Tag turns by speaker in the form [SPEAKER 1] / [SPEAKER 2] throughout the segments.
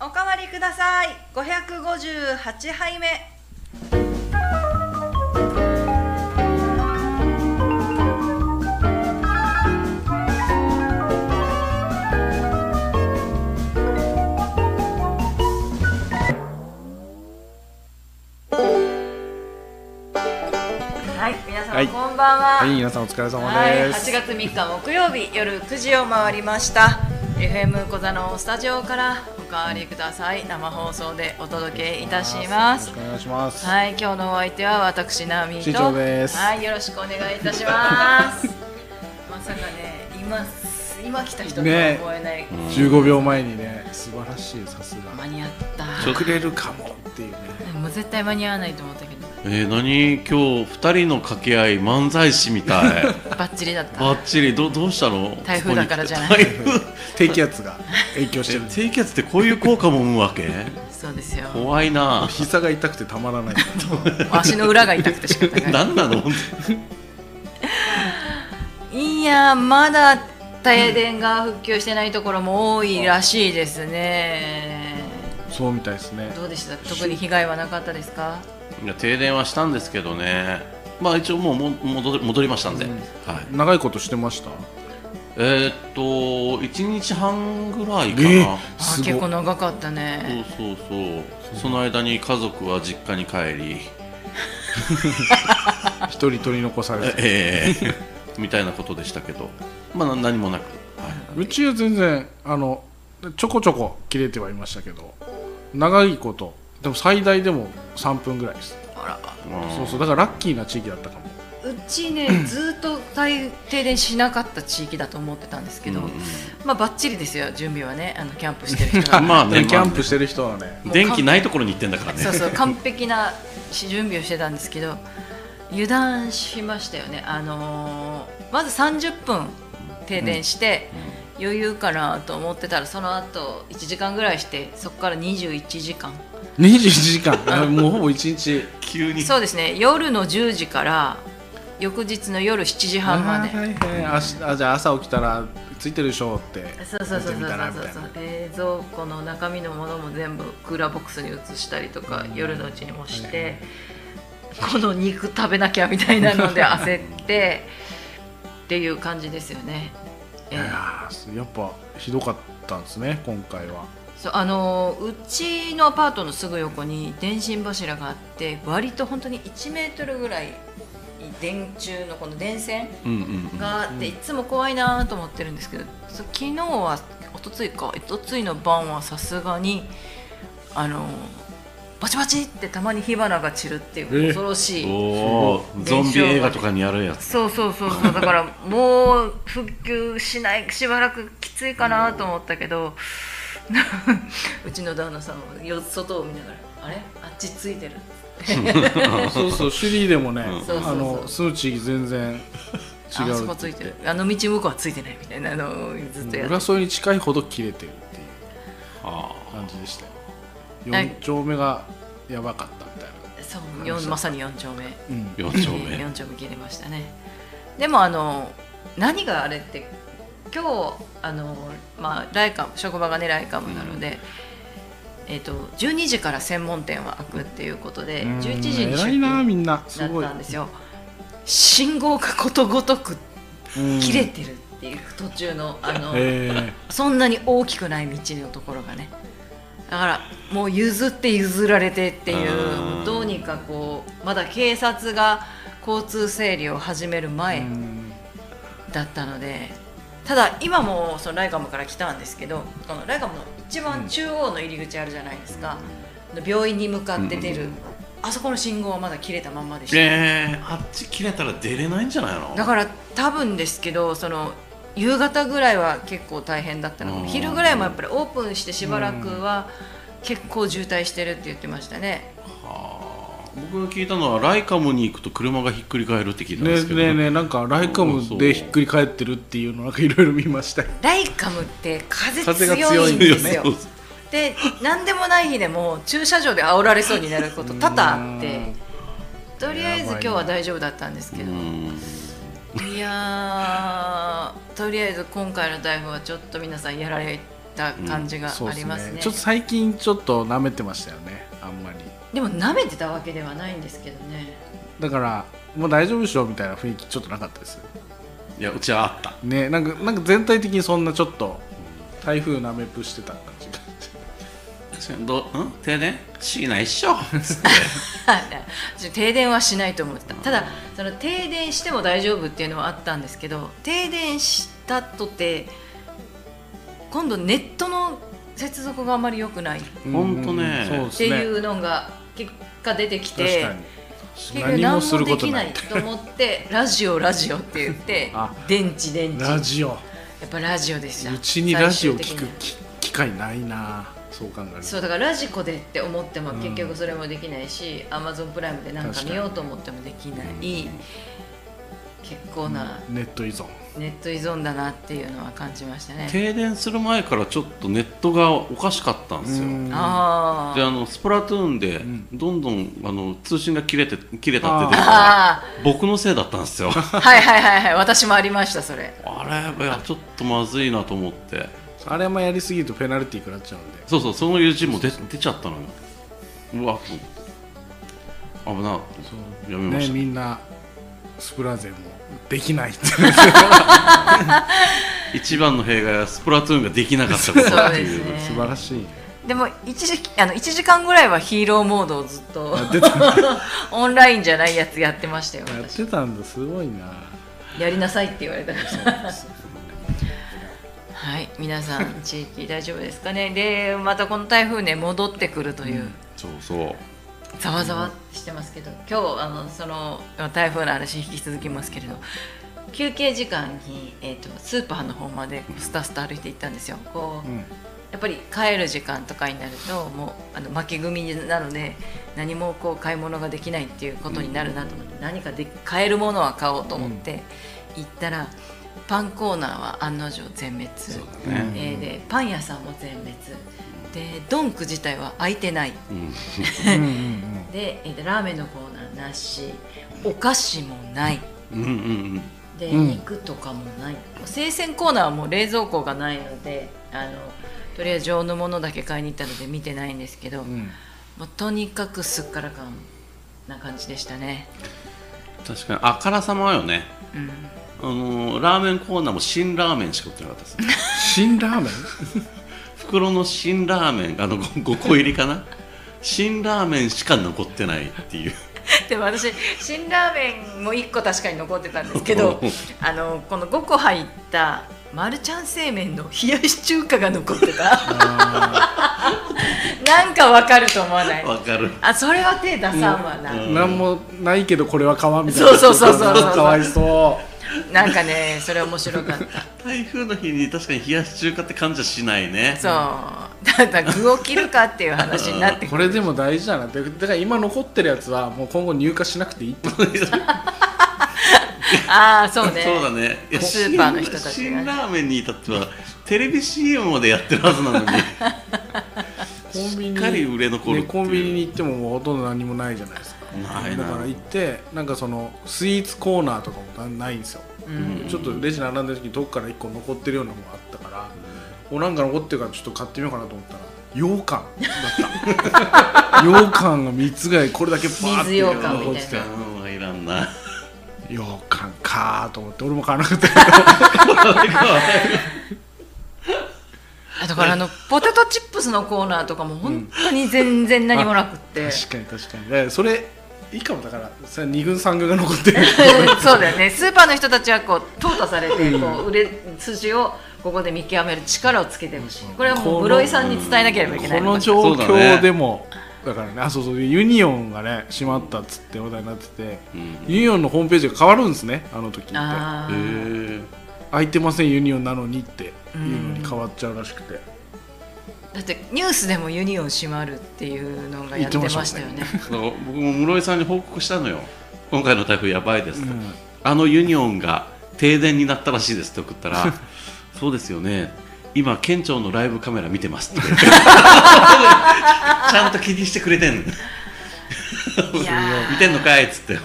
[SPEAKER 1] おかわりください558杯目はい皆様、
[SPEAKER 2] はい
[SPEAKER 1] こんばんは、
[SPEAKER 2] はい、皆さんお疲れ様
[SPEAKER 1] はい、
[SPEAKER 2] で
[SPEAKER 1] 8
[SPEAKER 2] す。
[SPEAKER 1] 月3日木曜日夜9時を回りました。FM 小座のスタジオからおかわりください。生放送でお届けいたします
[SPEAKER 2] よろし。くお願いします。
[SPEAKER 1] はい、今日のお相手は私ナミと。
[SPEAKER 2] 市長です
[SPEAKER 1] はい、よろしくお願いいたします。 まさかね、今今来た人とは
[SPEAKER 2] ね
[SPEAKER 1] 思えない。
[SPEAKER 2] 15秒前にね、素晴らしいさす
[SPEAKER 1] 間
[SPEAKER 2] が。
[SPEAKER 1] に合った。
[SPEAKER 2] くれるかもっていうね。
[SPEAKER 1] もう絶対間に合わないと思ったけど、
[SPEAKER 3] えー、何今日二人の掛け合い漫才師 みたい
[SPEAKER 1] バッチリだった。
[SPEAKER 3] バッチリどどうしたの
[SPEAKER 1] 台風だからじゃない
[SPEAKER 3] ここに来て台風
[SPEAKER 2] 低気圧が影響 してる
[SPEAKER 3] え。低気圧ってこういう効果も生むわけ
[SPEAKER 1] そうですよ。
[SPEAKER 3] 怖いな
[SPEAKER 2] 膝が痛くてたま らない。
[SPEAKER 1] 足の裏が痛くて仕方ない。
[SPEAKER 3] 何なの
[SPEAKER 1] いやまだ停電が復旧してないところも多いらしいですね。
[SPEAKER 2] そうみたいですね。
[SPEAKER 1] どうでした特に被害はなかったですか
[SPEAKER 3] いや停電はしたんですけどねまあ一応もうも戻り戻りましたんで、はい、
[SPEAKER 2] 長いことしてました。
[SPEAKER 3] えー、っと1日半ぐらいかな、
[SPEAKER 2] えー、
[SPEAKER 1] あ
[SPEAKER 2] す
[SPEAKER 1] 結
[SPEAKER 2] ご
[SPEAKER 1] 構
[SPEAKER 2] い。
[SPEAKER 1] 長かったね。
[SPEAKER 3] そうそうそうその間に家族は実家に帰り
[SPEAKER 2] 一人取り残されて。
[SPEAKER 3] ええ みたいなことでしたけどまあな何もなく、は
[SPEAKER 2] うちは全然あのちょこちょこ切れてはいましたけど、長いことでも最大でも3分ぐらいです。
[SPEAKER 1] あ
[SPEAKER 3] いうん
[SPEAKER 2] そうそうだからラッキーな地域だったかも。
[SPEAKER 1] らうちねずっと停電しなかった地域だと思ってたんですけど、
[SPEAKER 3] うんうん
[SPEAKER 1] まあバッチリですよ準備はねあのキャンプしてる人 は。
[SPEAKER 3] まあね、
[SPEAKER 2] キャンプ
[SPEAKER 3] ま
[SPEAKER 2] してる人はね。
[SPEAKER 3] あ電気ないところに行ってんだからね
[SPEAKER 1] そうそう完璧なし準備をしてたんですけど油断しましたよね、あのーまず30分停電して、余裕かなと思ってたらその後1時間ぐらいしてそこから21時間
[SPEAKER 2] 21時間あ もうほぼ1日
[SPEAKER 3] 急に
[SPEAKER 1] そうですね夜の10時から翌日の夜7時半まで
[SPEAKER 2] あー大変あしあじゃあ朝起きたらついてるでしょって
[SPEAKER 1] そうそうそうそうそう
[SPEAKER 2] 見てみたらみたい
[SPEAKER 1] そう
[SPEAKER 2] な
[SPEAKER 1] 冷蔵庫の中身のものも全部クーラーボックスに移したりとか、夜のうちにもして、この肉食べなきゃみたいな ので焦ってっていう感じですよね。ええ
[SPEAKER 2] いやーやっぱひどかったんですね今 回は
[SPEAKER 1] そうあのーうちのアパートのすぐ横に電信柱があって割と本当に1メートルぐらい電柱のこの電線
[SPEAKER 3] うんうんうん
[SPEAKER 1] があって、いつも怖いなと思ってるんですけどそう昨日は一昨日か一昨日の晩はさすがにあのバチバチってたまに火花が散るっていう
[SPEAKER 2] え
[SPEAKER 1] 恐ろしい、
[SPEAKER 3] おお
[SPEAKER 1] す
[SPEAKER 3] ゾ
[SPEAKER 1] ごい
[SPEAKER 3] ンビ映画とかにやるやつ
[SPEAKER 1] そうそうそうそうだから もう復旧しないしばらくきついかなと思ったけど うちの旦那さんはよ外を見ながら「あれあっちついてる」
[SPEAKER 2] そうそうシリーでもね、
[SPEAKER 1] そうそうそう
[SPEAKER 2] あの数値全然違う
[SPEAKER 1] あそこついてるあの道向こうはついてないみたいなあのずっとやって
[SPEAKER 2] 裏添いに近いほど切れてるっていう
[SPEAKER 3] あ
[SPEAKER 2] 感じでしたよ
[SPEAKER 1] はい
[SPEAKER 2] 4丁目がやばかったみたいな、
[SPEAKER 1] そうよんまさに4丁目
[SPEAKER 2] うん
[SPEAKER 3] 4丁目
[SPEAKER 1] 4丁目切れましたねでもあの何があれって今日あのまあライカム職場がねライカムなので、えっと12時から専門店は開くっていうことで
[SPEAKER 2] うん
[SPEAKER 1] 11時に出
[SPEAKER 2] 偉いな
[SPEAKER 1] 勤
[SPEAKER 2] みんなすごい
[SPEAKER 1] だったんですよ信号がことごとく
[SPEAKER 2] うん
[SPEAKER 1] 切れてるっていう途中のあの、
[SPEAKER 2] えー
[SPEAKER 1] そんなに大きくない道のところがねだからもう譲って譲られてっていう
[SPEAKER 3] うん
[SPEAKER 1] どうにかこうまだ警察が交通整理を始める前
[SPEAKER 2] うん
[SPEAKER 1] だったのでただ今もそのライガムから来たんですけどこのライガムの一番中央の入り口あるじゃないですか、病院に向かって出る、あそこの信号はまだ切れたまんまでした、
[SPEAKER 3] えー、あっち切れたら出れないんじゃないの
[SPEAKER 1] だから多分ですけどその夕方ぐらいは結構大変だった
[SPEAKER 3] う
[SPEAKER 1] の
[SPEAKER 3] ん
[SPEAKER 1] 昼ぐらいもやっぱりオープンしてしばらくは結構渋滞してるって言ってましたね
[SPEAKER 3] あー僕が聞いたのはライカムに行くと車がひっくり返るって聞いたんで
[SPEAKER 2] ね
[SPEAKER 3] すけど、
[SPEAKER 2] ねえねえなんかライカムでひっくり返ってるっていうのなんかいろいろ見ましたよ
[SPEAKER 1] ライカムって風
[SPEAKER 2] 風が
[SPEAKER 1] 強
[SPEAKER 2] 強
[SPEAKER 1] い
[SPEAKER 2] い
[SPEAKER 1] ん
[SPEAKER 2] ん
[SPEAKER 1] で
[SPEAKER 2] ですす
[SPEAKER 1] よ
[SPEAKER 2] よ
[SPEAKER 3] そうそう
[SPEAKER 1] で何でもない日でも駐車場で煽られそうになること多々あってとりあえず今日は大丈夫だったんですけ
[SPEAKER 3] う
[SPEAKER 1] ど
[SPEAKER 3] ん
[SPEAKER 1] いやーとりあえず今回の台風はちょっと皆さんやられた感じが
[SPEAKER 2] そう
[SPEAKER 1] あ
[SPEAKER 2] です
[SPEAKER 1] りますね,、
[SPEAKER 2] ちょっと最近ちょっと舐めてましたよねあんまり
[SPEAKER 1] でも舐めてたわけではないんですけどね
[SPEAKER 2] だからもう大丈夫でしょみたいな雰囲気ちょっとなかったです
[SPEAKER 3] いやうちはあった
[SPEAKER 2] ねなんかなんか全体的にそんなちょっと台風なめぷしてた感じが
[SPEAKER 3] 確かにどうん停電しないっしょ
[SPEAKER 1] はい停電はしないと思ってたただその停電しても大丈夫っていうのはあったんですけど停電したとて今度ネットの接続があまり良くないっ
[SPEAKER 3] ほんとね
[SPEAKER 2] うんそう
[SPEAKER 1] て
[SPEAKER 2] です
[SPEAKER 1] い
[SPEAKER 2] ね
[SPEAKER 1] うのが結果出てき
[SPEAKER 2] 確
[SPEAKER 1] て
[SPEAKER 2] かに
[SPEAKER 1] 結局
[SPEAKER 2] 何も
[SPEAKER 1] 何
[SPEAKER 2] す
[SPEAKER 1] も
[SPEAKER 2] る
[SPEAKER 1] で
[SPEAKER 2] こと
[SPEAKER 1] き
[SPEAKER 2] な
[SPEAKER 1] ないいと思ってラジオラジオって言って
[SPEAKER 2] あ
[SPEAKER 1] 電池電池や
[SPEAKER 2] ラジオ
[SPEAKER 1] っぱラジオでした
[SPEAKER 2] うちにラジオ
[SPEAKER 1] 最終的
[SPEAKER 2] 聞く
[SPEAKER 1] に
[SPEAKER 2] き機会ないなそう考えると
[SPEAKER 1] そうだからラジコでって思っても
[SPEAKER 2] うん
[SPEAKER 1] 結局それもできないし、Amazon プライムでなんか見ようと思ってもできない、結構な
[SPEAKER 2] ネット依存
[SPEAKER 1] ネット依存だなっていうのは感じましたね、
[SPEAKER 3] 停電する前からちょっとネットがおかしかったんですよ
[SPEAKER 2] うん
[SPEAKER 1] あ
[SPEAKER 3] で
[SPEAKER 1] ー
[SPEAKER 3] あのスプラトゥーンで
[SPEAKER 2] ん
[SPEAKER 3] どんどんあの通信が切れて切れたって出てたら
[SPEAKER 1] あ
[SPEAKER 3] 僕のせいだったんですよ
[SPEAKER 1] ーはいはいはいはい私もありましたそれ
[SPEAKER 3] あれいやちょっとまずいなと思って
[SPEAKER 2] あれもやりすぎるとペナルティー食らっちゃうんで
[SPEAKER 3] そうそうそういう字も出出ちゃったのようわ危な
[SPEAKER 2] そう
[SPEAKER 3] やめま
[SPEAKER 2] ね
[SPEAKER 3] した
[SPEAKER 2] みんなスプラゼンもできないって
[SPEAKER 3] 一番の弊害はスプラトゥーンができなかったこと
[SPEAKER 1] そう
[SPEAKER 3] って
[SPEAKER 1] で
[SPEAKER 3] い
[SPEAKER 1] す
[SPEAKER 3] う
[SPEAKER 1] ね
[SPEAKER 2] 素晴らし い
[SPEAKER 1] でも一時期あの1時間ぐらいはヒーローモードをずっと
[SPEAKER 2] あ出て
[SPEAKER 1] オンラインじゃないやつやってましたよ
[SPEAKER 2] やっ
[SPEAKER 1] 私
[SPEAKER 2] てたんだすごいな
[SPEAKER 1] やりなさいって言われたから。はい、皆さん地域大丈夫ですかね。で、またこの台風ね戻ってくるという
[SPEAKER 3] そうそう
[SPEAKER 1] ざわざわしてますけど、今日あのその台風の話引き続きますけれど、休憩時間にえっ、とスーパーの方までスタスタ歩いて行ったんですよ。こう、
[SPEAKER 2] うん
[SPEAKER 1] やっぱり帰る時間とかになるともうあの負け組なので何もこう買い物ができないっていうことになるなと思って、何かで買えるものは買おうと思って行ったら、パンコーナーは案の定全滅、
[SPEAKER 3] そうだね、
[SPEAKER 1] えーでパン屋さんも全滅でドンク自体は開いてない
[SPEAKER 3] うん
[SPEAKER 2] うんうんうん
[SPEAKER 1] で、えーでラーメンのコーナーなしお菓子もない
[SPEAKER 3] うんうんうん
[SPEAKER 1] で、
[SPEAKER 2] うん
[SPEAKER 1] 肉とかもない生鮮コーナーはもう冷蔵庫がないのであのとりあえず常温のものだけ買いに行ったので見てないんですけど、
[SPEAKER 2] うん
[SPEAKER 1] もうとにかくすっからかんな感じでしたね、
[SPEAKER 3] 確かにあからさまよね
[SPEAKER 1] うん、
[SPEAKER 3] あのーラーメンコーナーも辛ラーメンしか売ってなかったです
[SPEAKER 2] 新ラーメン
[SPEAKER 3] 袋の新ラーメンあの 5, 個入りかな新ラーメンしか残ってないっていう
[SPEAKER 1] でも私辛ラーメンも1個確かに残ってたんですけど あのこの5個入ったマルちゃん製麺の冷やし中華が残って たなんかわかると思わない
[SPEAKER 3] わかる
[SPEAKER 1] あそれは手出さんわな、
[SPEAKER 3] うん
[SPEAKER 2] なんもないけどこれは川みたいな
[SPEAKER 1] そうそうそうそうそう
[SPEAKER 2] かわいそう
[SPEAKER 1] なんかねそれ面白 かった
[SPEAKER 3] 台風の日に確かに冷やし中華って感じはしないね
[SPEAKER 1] そうただ具を切るかっていう話になってく
[SPEAKER 2] こ
[SPEAKER 1] る
[SPEAKER 2] れでも大事だなってだから今残ってるやつはもう今後入荷しなくていいって
[SPEAKER 1] ああ そうね
[SPEAKER 3] そうだねいや
[SPEAKER 1] スーパーの人たちが
[SPEAKER 3] 辛辛ラーメンに至ってはテレビ CM までやってるはずなのに
[SPEAKER 2] コンビニ
[SPEAKER 3] しっかり売れ残るっていう
[SPEAKER 2] ね、コンビニに行ってももうほとんど何もないじゃないですか
[SPEAKER 3] ない
[SPEAKER 2] だ
[SPEAKER 3] な
[SPEAKER 2] から行ってなんかそのスイーツコーナーとかもなないんですよ、
[SPEAKER 1] うん
[SPEAKER 2] ちょっとレジ並んでる時どっから1個残ってるようなものがあったから、おなんか残ってるからちょっと買ってみようかなと思ったら羊羹だった羊羹が3つぐらいこれだけバーって
[SPEAKER 1] 水羊羹
[SPEAKER 2] 残って
[SPEAKER 1] み
[SPEAKER 2] て
[SPEAKER 1] たいな
[SPEAKER 3] うんいらんな
[SPEAKER 2] 羊羹かーと思って俺も買わな かった
[SPEAKER 1] あだからあのポテトチップスのコーナーとかも本当に全然何もなくって、
[SPEAKER 2] 確かに確かにでそれいいかもだからそれ2軍3軍が残ってる
[SPEAKER 1] そうだよねスーパーの人たちはこう淘汰されてこう売れ筋をここで見極める力をつけてほしいこれはもう室井さんに伝えなければいけない
[SPEAKER 2] この
[SPEAKER 1] 私は
[SPEAKER 2] 状
[SPEAKER 3] そうだ
[SPEAKER 2] 況
[SPEAKER 3] ね
[SPEAKER 2] でもだからねあそうそうユニオンがね閉まったっつって話題になってて、ユニオンのホームページが変わるんですねあの時って
[SPEAKER 1] あ
[SPEAKER 3] へ
[SPEAKER 1] ー
[SPEAKER 3] え
[SPEAKER 2] 空いてませんユニオンなのにっていうのに変わっちゃうらしくて、
[SPEAKER 1] だってニュースでもユニオン閉まるっていうのがやってましたよね
[SPEAKER 2] 言
[SPEAKER 3] だから僕も室井さんに報告したのよ今回の台風やばいです、
[SPEAKER 2] うん
[SPEAKER 3] あのユニオンが停電になったらしいですって送った らそうですよね今県庁のライブカメラ見てます ってちゃんと気にしてくれてんの
[SPEAKER 1] いやー
[SPEAKER 3] 見てんのかいっつって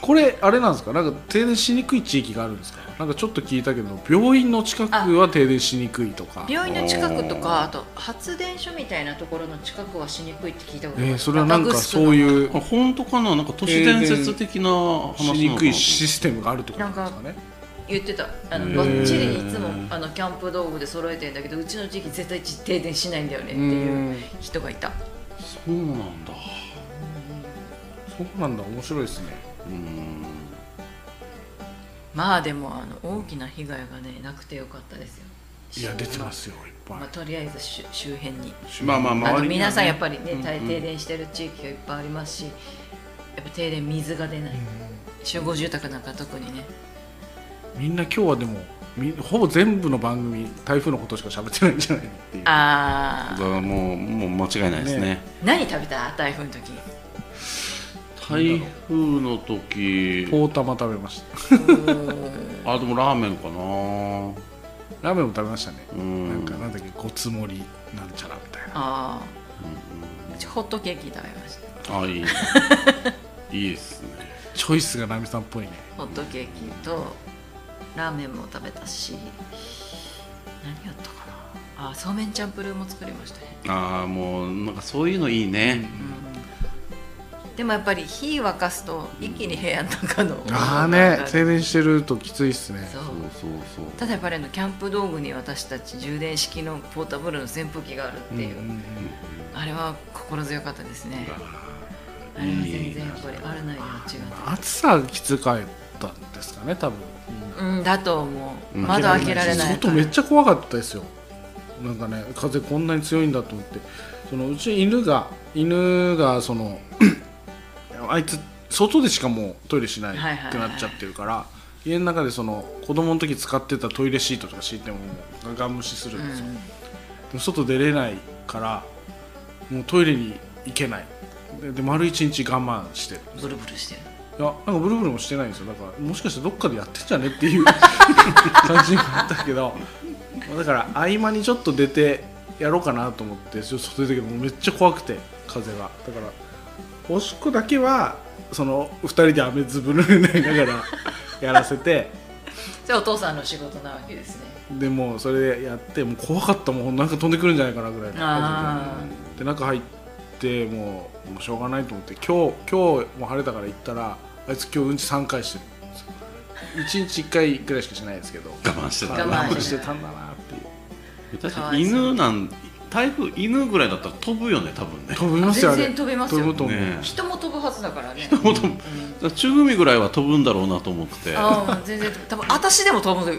[SPEAKER 2] これあれなんですかなんか停電しにくい地域があるんですかなんかちょっと聞いたけど病院の近くは停電しにくいとか
[SPEAKER 1] 病院の近くとかあと発電所みたいなところの近くはしにくいって聞いたことある、
[SPEAKER 2] えーそれはなんかそう
[SPEAKER 1] う
[SPEAKER 2] いう
[SPEAKER 3] あ本当かななんか都市伝説
[SPEAKER 2] し
[SPEAKER 3] 的な話なのかな
[SPEAKER 2] にくいシステムがあるってことなんですかね
[SPEAKER 1] 言ってたあ
[SPEAKER 3] へ
[SPEAKER 1] の
[SPEAKER 3] ー
[SPEAKER 1] ばっちりいつもあのキャンプ道具で揃えてんだけどうちの地域絶対停電しないんだよねっていう
[SPEAKER 2] うん
[SPEAKER 1] 人がいた
[SPEAKER 3] そうなんだ
[SPEAKER 2] そうなんだ面白いですね
[SPEAKER 3] うん
[SPEAKER 1] まあでもあの大きな被害がねなくてよかったですよ
[SPEAKER 2] いや出てますよいっぱい、
[SPEAKER 1] まあ、とりあえず周周辺に
[SPEAKER 3] まあまあ
[SPEAKER 1] あ
[SPEAKER 3] 周
[SPEAKER 1] の
[SPEAKER 3] りにはね
[SPEAKER 1] 皆さんやっぱりね、
[SPEAKER 3] うんうん
[SPEAKER 1] 大停電してる地域がいっぱいありますしやっぱ停電水が出ない、集合住宅なんか特にね
[SPEAKER 2] みんな今日はでもみほぼ全部の番組台風のことしか喋ってないんじゃないのっていう
[SPEAKER 1] ああ
[SPEAKER 3] だからもうもう間違いないですね
[SPEAKER 2] ね
[SPEAKER 1] 何食べた台風の時
[SPEAKER 3] 台風の時
[SPEAKER 2] ポータマ食べました
[SPEAKER 1] おー
[SPEAKER 3] あでもラーメンかな
[SPEAKER 2] ラーメンも食べましたね、
[SPEAKER 3] うん
[SPEAKER 2] なんかなんだっけごつ盛りなんちゃらみたいな
[SPEAKER 1] あーうちホットケーキ食べました
[SPEAKER 3] あ いいいいですね
[SPEAKER 2] チョイスがナミさんっぽいね
[SPEAKER 1] ホットケーキとラーメンも食べたし何やったかなあーそうめんチャンプルーも作りましたね
[SPEAKER 3] ああもうなんかそういうのいいね、
[SPEAKER 1] でもやっぱり火沸かすと一気に部屋の中の温度
[SPEAKER 2] あ
[SPEAKER 1] が上
[SPEAKER 2] あ
[SPEAKER 1] が
[SPEAKER 2] ね
[SPEAKER 1] る
[SPEAKER 2] 停電してるときついっすね
[SPEAKER 1] そう
[SPEAKER 3] そうそうそ
[SPEAKER 1] ただやっぱりあのキャンプ道具に私たち充電式のポータブルの扇風機があるっていう、
[SPEAKER 2] んんん
[SPEAKER 1] あれは心強かったですねあれは全然やっぱりあるないの違
[SPEAKER 2] まあ暑さがきつかったんですかね多分、
[SPEAKER 1] う、うん、だと思う
[SPEAKER 3] うん
[SPEAKER 1] 窓開けられない
[SPEAKER 2] 外めっちゃ怖かったですよなんかね風こんなに強いんだと思ってそのうち犬が犬がその あいつ外でしかもうトイレしない
[SPEAKER 1] はいはいはい
[SPEAKER 2] ってなっちゃってるから、家の中でその子供の時使ってたトイレシートとか敷いてももうガン無視するんですよ、でも外出れないからもうトイレに行けないでで丸一日我慢してる
[SPEAKER 1] うん、ブルブルしてる
[SPEAKER 2] いやなんかブルブルもしてないんですよだからもしかしてどっかでやってんじゃねっていう感じになったけどだから合間にちょっと出てやろうかなと思ってちょっと外出たけどもうめっちゃ怖くて風がだからおしっこだけはその2人で雨ずぶ濡れになりながらやらせて
[SPEAKER 1] それお父さんの仕事なわけですね
[SPEAKER 2] でもうそれでやってもう怖かったもうなんか飛んでくるんじゃないかなぐらいの
[SPEAKER 1] あ
[SPEAKER 2] で中入ってもうもうしょうがないと思って今日今日も晴れたから行ったらあいつ今日うんち3回してるんですよ1日1回ぐらいしかしないですけど
[SPEAKER 3] 我慢してた
[SPEAKER 1] 我慢してた
[SPEAKER 2] たんだなっていう
[SPEAKER 3] 確
[SPEAKER 1] か
[SPEAKER 3] か
[SPEAKER 1] わ
[SPEAKER 3] に
[SPEAKER 1] いそう
[SPEAKER 3] 犬なん台風犬ぐらいだったら飛ぶよね多分ね
[SPEAKER 2] 飛びますよあれ
[SPEAKER 1] 全然飛びますよ
[SPEAKER 2] 飛ぶと思う、
[SPEAKER 3] ね
[SPEAKER 1] 人も飛ぶはずだからね
[SPEAKER 3] 本当中海ぐらいは飛ぶんだろうなと思って
[SPEAKER 1] ああ全然多分私でも飛ぶ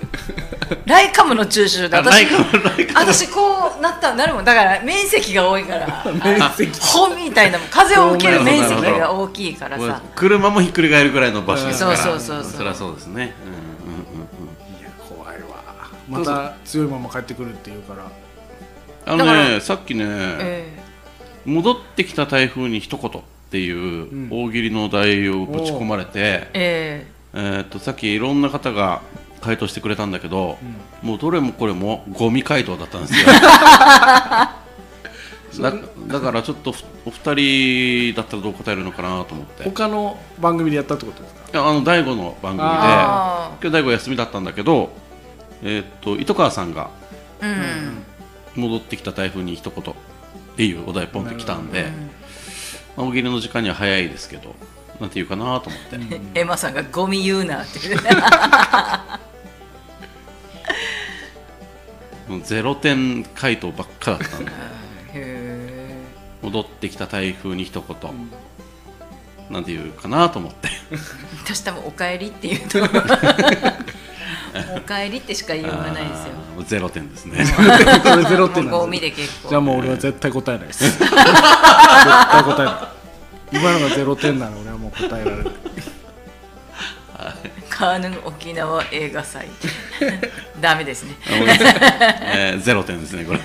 [SPEAKER 1] ライカムの中州で
[SPEAKER 3] あライ
[SPEAKER 1] 私
[SPEAKER 3] カムライカム
[SPEAKER 1] 私こうなったなるもんだから面積が多いから
[SPEAKER 2] 面積
[SPEAKER 1] 本みたいなもん風を受ける面積
[SPEAKER 3] なる
[SPEAKER 1] が
[SPEAKER 3] ほ
[SPEAKER 1] 大きいからさ
[SPEAKER 3] 車もひっくり返るぐらいの場所ですから
[SPEAKER 1] そうそうそうそう
[SPEAKER 3] そりゃそうですねうんうんうんうん
[SPEAKER 2] いや怖いわまた強いまま帰ってくるっていうから
[SPEAKER 3] あの
[SPEAKER 1] だから
[SPEAKER 3] ねさっきね、
[SPEAKER 1] え
[SPEAKER 3] 戻ってきた台風に一言っていう大喜利の題をぶち込まれて
[SPEAKER 1] え、え
[SPEAKER 3] えーっとさっきいろんな方が回答してくれたんだけど、もうどれもこれもゴミ回答だったんですよ だだからちょっとふお二人だったらどう答えるのかなと思ってい
[SPEAKER 2] 他の番組でやったってこ とですか
[SPEAKER 3] やあの大悟の番組で今
[SPEAKER 1] あ
[SPEAKER 3] 日大悟休みだったんだけど、えーっと糸川さんが
[SPEAKER 1] あうん、
[SPEAKER 3] 戻ってきた台風に一言っていうお題ポンってきたんで、まあ、大喜利の時間には早いですけどなんて言うかなと思って、
[SPEAKER 1] うんエマさんがゴミ言うな っていう
[SPEAKER 3] もうゼロ点回答ばっかだった んで
[SPEAKER 1] へ
[SPEAKER 3] 戻ってきた台風に一言、なんて言うかなと思って
[SPEAKER 1] え私多分「おかえり」って言うと思うおかえりってしか言いようがないですよ
[SPEAKER 3] あーもうゼロ点ですね
[SPEAKER 2] これゼロ点
[SPEAKER 1] もう
[SPEAKER 2] な
[SPEAKER 1] ゴ
[SPEAKER 2] ん
[SPEAKER 1] ミ
[SPEAKER 2] です
[SPEAKER 1] で結構
[SPEAKER 2] じゃあもう俺は絶対答えないです 絶対答えない今のがゼロ点なら俺はもう答えられない
[SPEAKER 1] カーヌン沖縄映画祭 ダメですね
[SPEAKER 3] あごめんなさい えーゼロ点ですねこれ、ま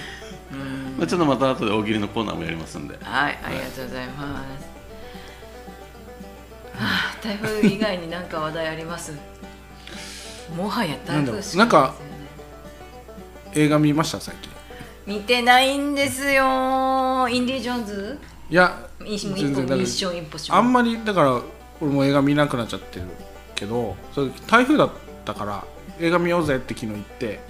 [SPEAKER 3] あ、ちょっとまた後で大喜利のコーナーもやりますんで
[SPEAKER 1] はいありがとうございます、はあ、台風以外に何か話題ありますもはや台風しか
[SPEAKER 2] なん
[SPEAKER 1] な
[SPEAKER 2] だろう
[SPEAKER 1] いですよね
[SPEAKER 2] 映画見ました最近
[SPEAKER 1] 見てないんですよインディ・ジョーンズ
[SPEAKER 2] いや
[SPEAKER 1] ミッシ
[SPEAKER 2] 全然だ
[SPEAKER 1] ョン・インポッシブル
[SPEAKER 2] あんまりだから俺も映画見なくなっちゃってるけどそれ台風だったから映画見ようぜって昨日言って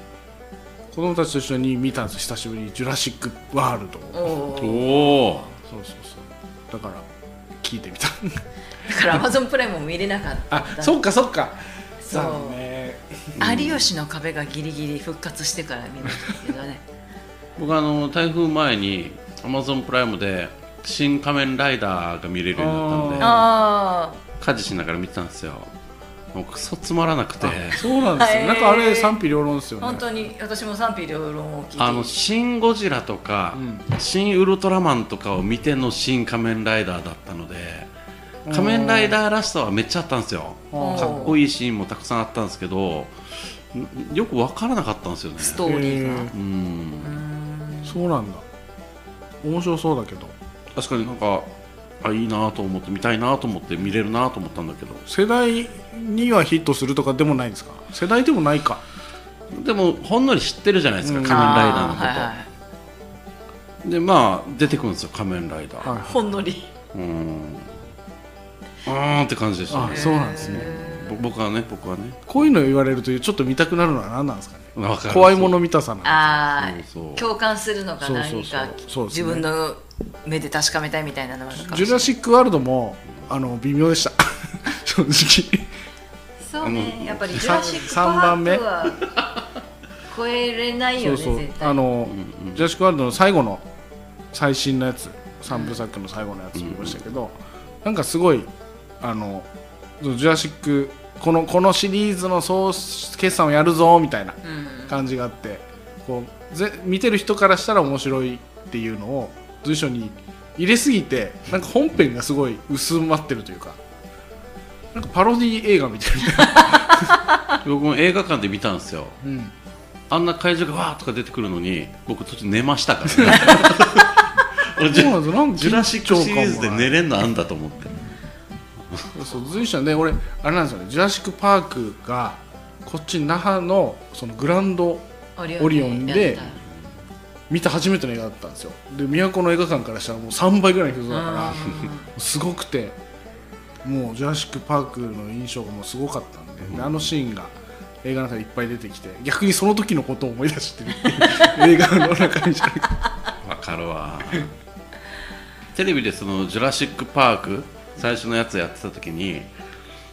[SPEAKER 2] 子供たちと一緒に見たんです久しぶりに「ジュラシック・ワールドを」
[SPEAKER 1] お
[SPEAKER 3] お
[SPEAKER 1] ー
[SPEAKER 3] お
[SPEAKER 2] そうそうそうだから聞いてみた
[SPEAKER 1] だからアマゾンプライムも見れなかった
[SPEAKER 2] あ そっかそっか
[SPEAKER 1] そう
[SPEAKER 2] だね
[SPEAKER 1] 有吉の壁がギリギリ復活してから見ましたけどね
[SPEAKER 3] 僕あの台風前にアマゾンプライムで「新仮面ライダー」が見れるようになったん
[SPEAKER 1] あ
[SPEAKER 3] で家事しながら見てたんですよもうクソつまらなくて
[SPEAKER 2] あそうなんですよ、
[SPEAKER 1] へー
[SPEAKER 2] なんかあれ賛否両論ですよ
[SPEAKER 1] あ
[SPEAKER 2] ね
[SPEAKER 1] 本当に私も賛否両論を聞いて
[SPEAKER 3] あの「シン・ゴジラ」とか
[SPEAKER 2] うん
[SPEAKER 3] 「シン・ウルトラマン」とかを見ての「新仮面ライダー」だったので仮面ライダーらしさはめっちゃあったんですよ
[SPEAKER 2] あー
[SPEAKER 3] かっこいいシーンもたくさんあったんですけどんよく分からなかったんですよね
[SPEAKER 1] ストーリーが、
[SPEAKER 2] へー
[SPEAKER 3] うん
[SPEAKER 2] そうなんだ面白そうだけど
[SPEAKER 3] 確かになんかあいいなと思って見たいなと思って見れるなと思ったんだけど
[SPEAKER 2] 世代にはヒットするとかでもないんですか世代でもないか
[SPEAKER 3] でもほんのり知ってるじゃないですか、
[SPEAKER 2] うん
[SPEAKER 3] 仮面ライダーの
[SPEAKER 1] あ
[SPEAKER 3] こと、
[SPEAKER 1] はいはい
[SPEAKER 3] でまあ出てくるんですよ仮面ライダー、
[SPEAKER 2] はい
[SPEAKER 1] ほんのり
[SPEAKER 3] うーんうーんって感じでした
[SPEAKER 2] あ
[SPEAKER 3] ね
[SPEAKER 2] そうなんですね
[SPEAKER 3] ぼ僕はね僕はね
[SPEAKER 2] こういうの言われるとちょっと見たくなるのは何なんですかね
[SPEAKER 3] わかる
[SPEAKER 2] 怖いもの見たさなんで
[SPEAKER 1] ああ
[SPEAKER 3] そうそう
[SPEAKER 1] 共感するのか
[SPEAKER 2] そうそう
[SPEAKER 1] 何
[SPEAKER 2] そう
[SPEAKER 1] か
[SPEAKER 2] そうで
[SPEAKER 1] 自
[SPEAKER 2] すね
[SPEAKER 1] 分の目で確かめたいみたいなのがある
[SPEAKER 2] す
[SPEAKER 1] かもし
[SPEAKER 2] ジ
[SPEAKER 1] れ
[SPEAKER 2] ュ
[SPEAKER 1] ない
[SPEAKER 2] ラシック・ワールドもあの微妙でした 正直
[SPEAKER 1] そうねやっぱり
[SPEAKER 2] さん
[SPEAKER 1] ジュラシック・パ
[SPEAKER 2] 三番目
[SPEAKER 1] ークは超えれない
[SPEAKER 2] そ
[SPEAKER 1] よ
[SPEAKER 2] う
[SPEAKER 1] ね
[SPEAKER 2] そう
[SPEAKER 1] 絶対
[SPEAKER 2] あの、
[SPEAKER 3] うんうん
[SPEAKER 2] ジュラシック・ワールドの最後の最新のやつ三部作の最後のやつ見ましたけど、なんかすごいあのジュラシックこのこのシリーズの総決算をやるぞみたいな
[SPEAKER 1] うん
[SPEAKER 2] 感じがあってこうぜ見てる人からしたら面白いっていうのを随所に入れすぎてなんか本編がすごい薄まってるというかなんかパロディ映画みたいな、
[SPEAKER 3] 僕も映画館で見たんですよ
[SPEAKER 2] うん、
[SPEAKER 3] あんな会場がわーとか出てくるのに僕途中寝ましたからね 俺ジ
[SPEAKER 2] そうな
[SPEAKER 3] ュ
[SPEAKER 2] んですなんか
[SPEAKER 3] ジュラシックシリーズで寝
[SPEAKER 2] ね
[SPEAKER 3] れんのあんだと思って
[SPEAKER 2] そう随所で俺あれなんですよねジュラシック・パークがこっち那覇のそのグランドオリオンで
[SPEAKER 1] やっ
[SPEAKER 2] 見た初めての映画だったんですよで都の映画館からしたらもう3倍ぐらいの人
[SPEAKER 1] た
[SPEAKER 2] だから
[SPEAKER 1] うん
[SPEAKER 2] すごくてもうジュラシック・パークの印象がもうすごかったんで,で、あのシーンが映画の中でいっぱい出てきて逆にその時のことを思い出してるっていう 映画の中にじゃなく て
[SPEAKER 3] わかるわテレビでその「ジュラシック・パーク」最初のやつやってた時に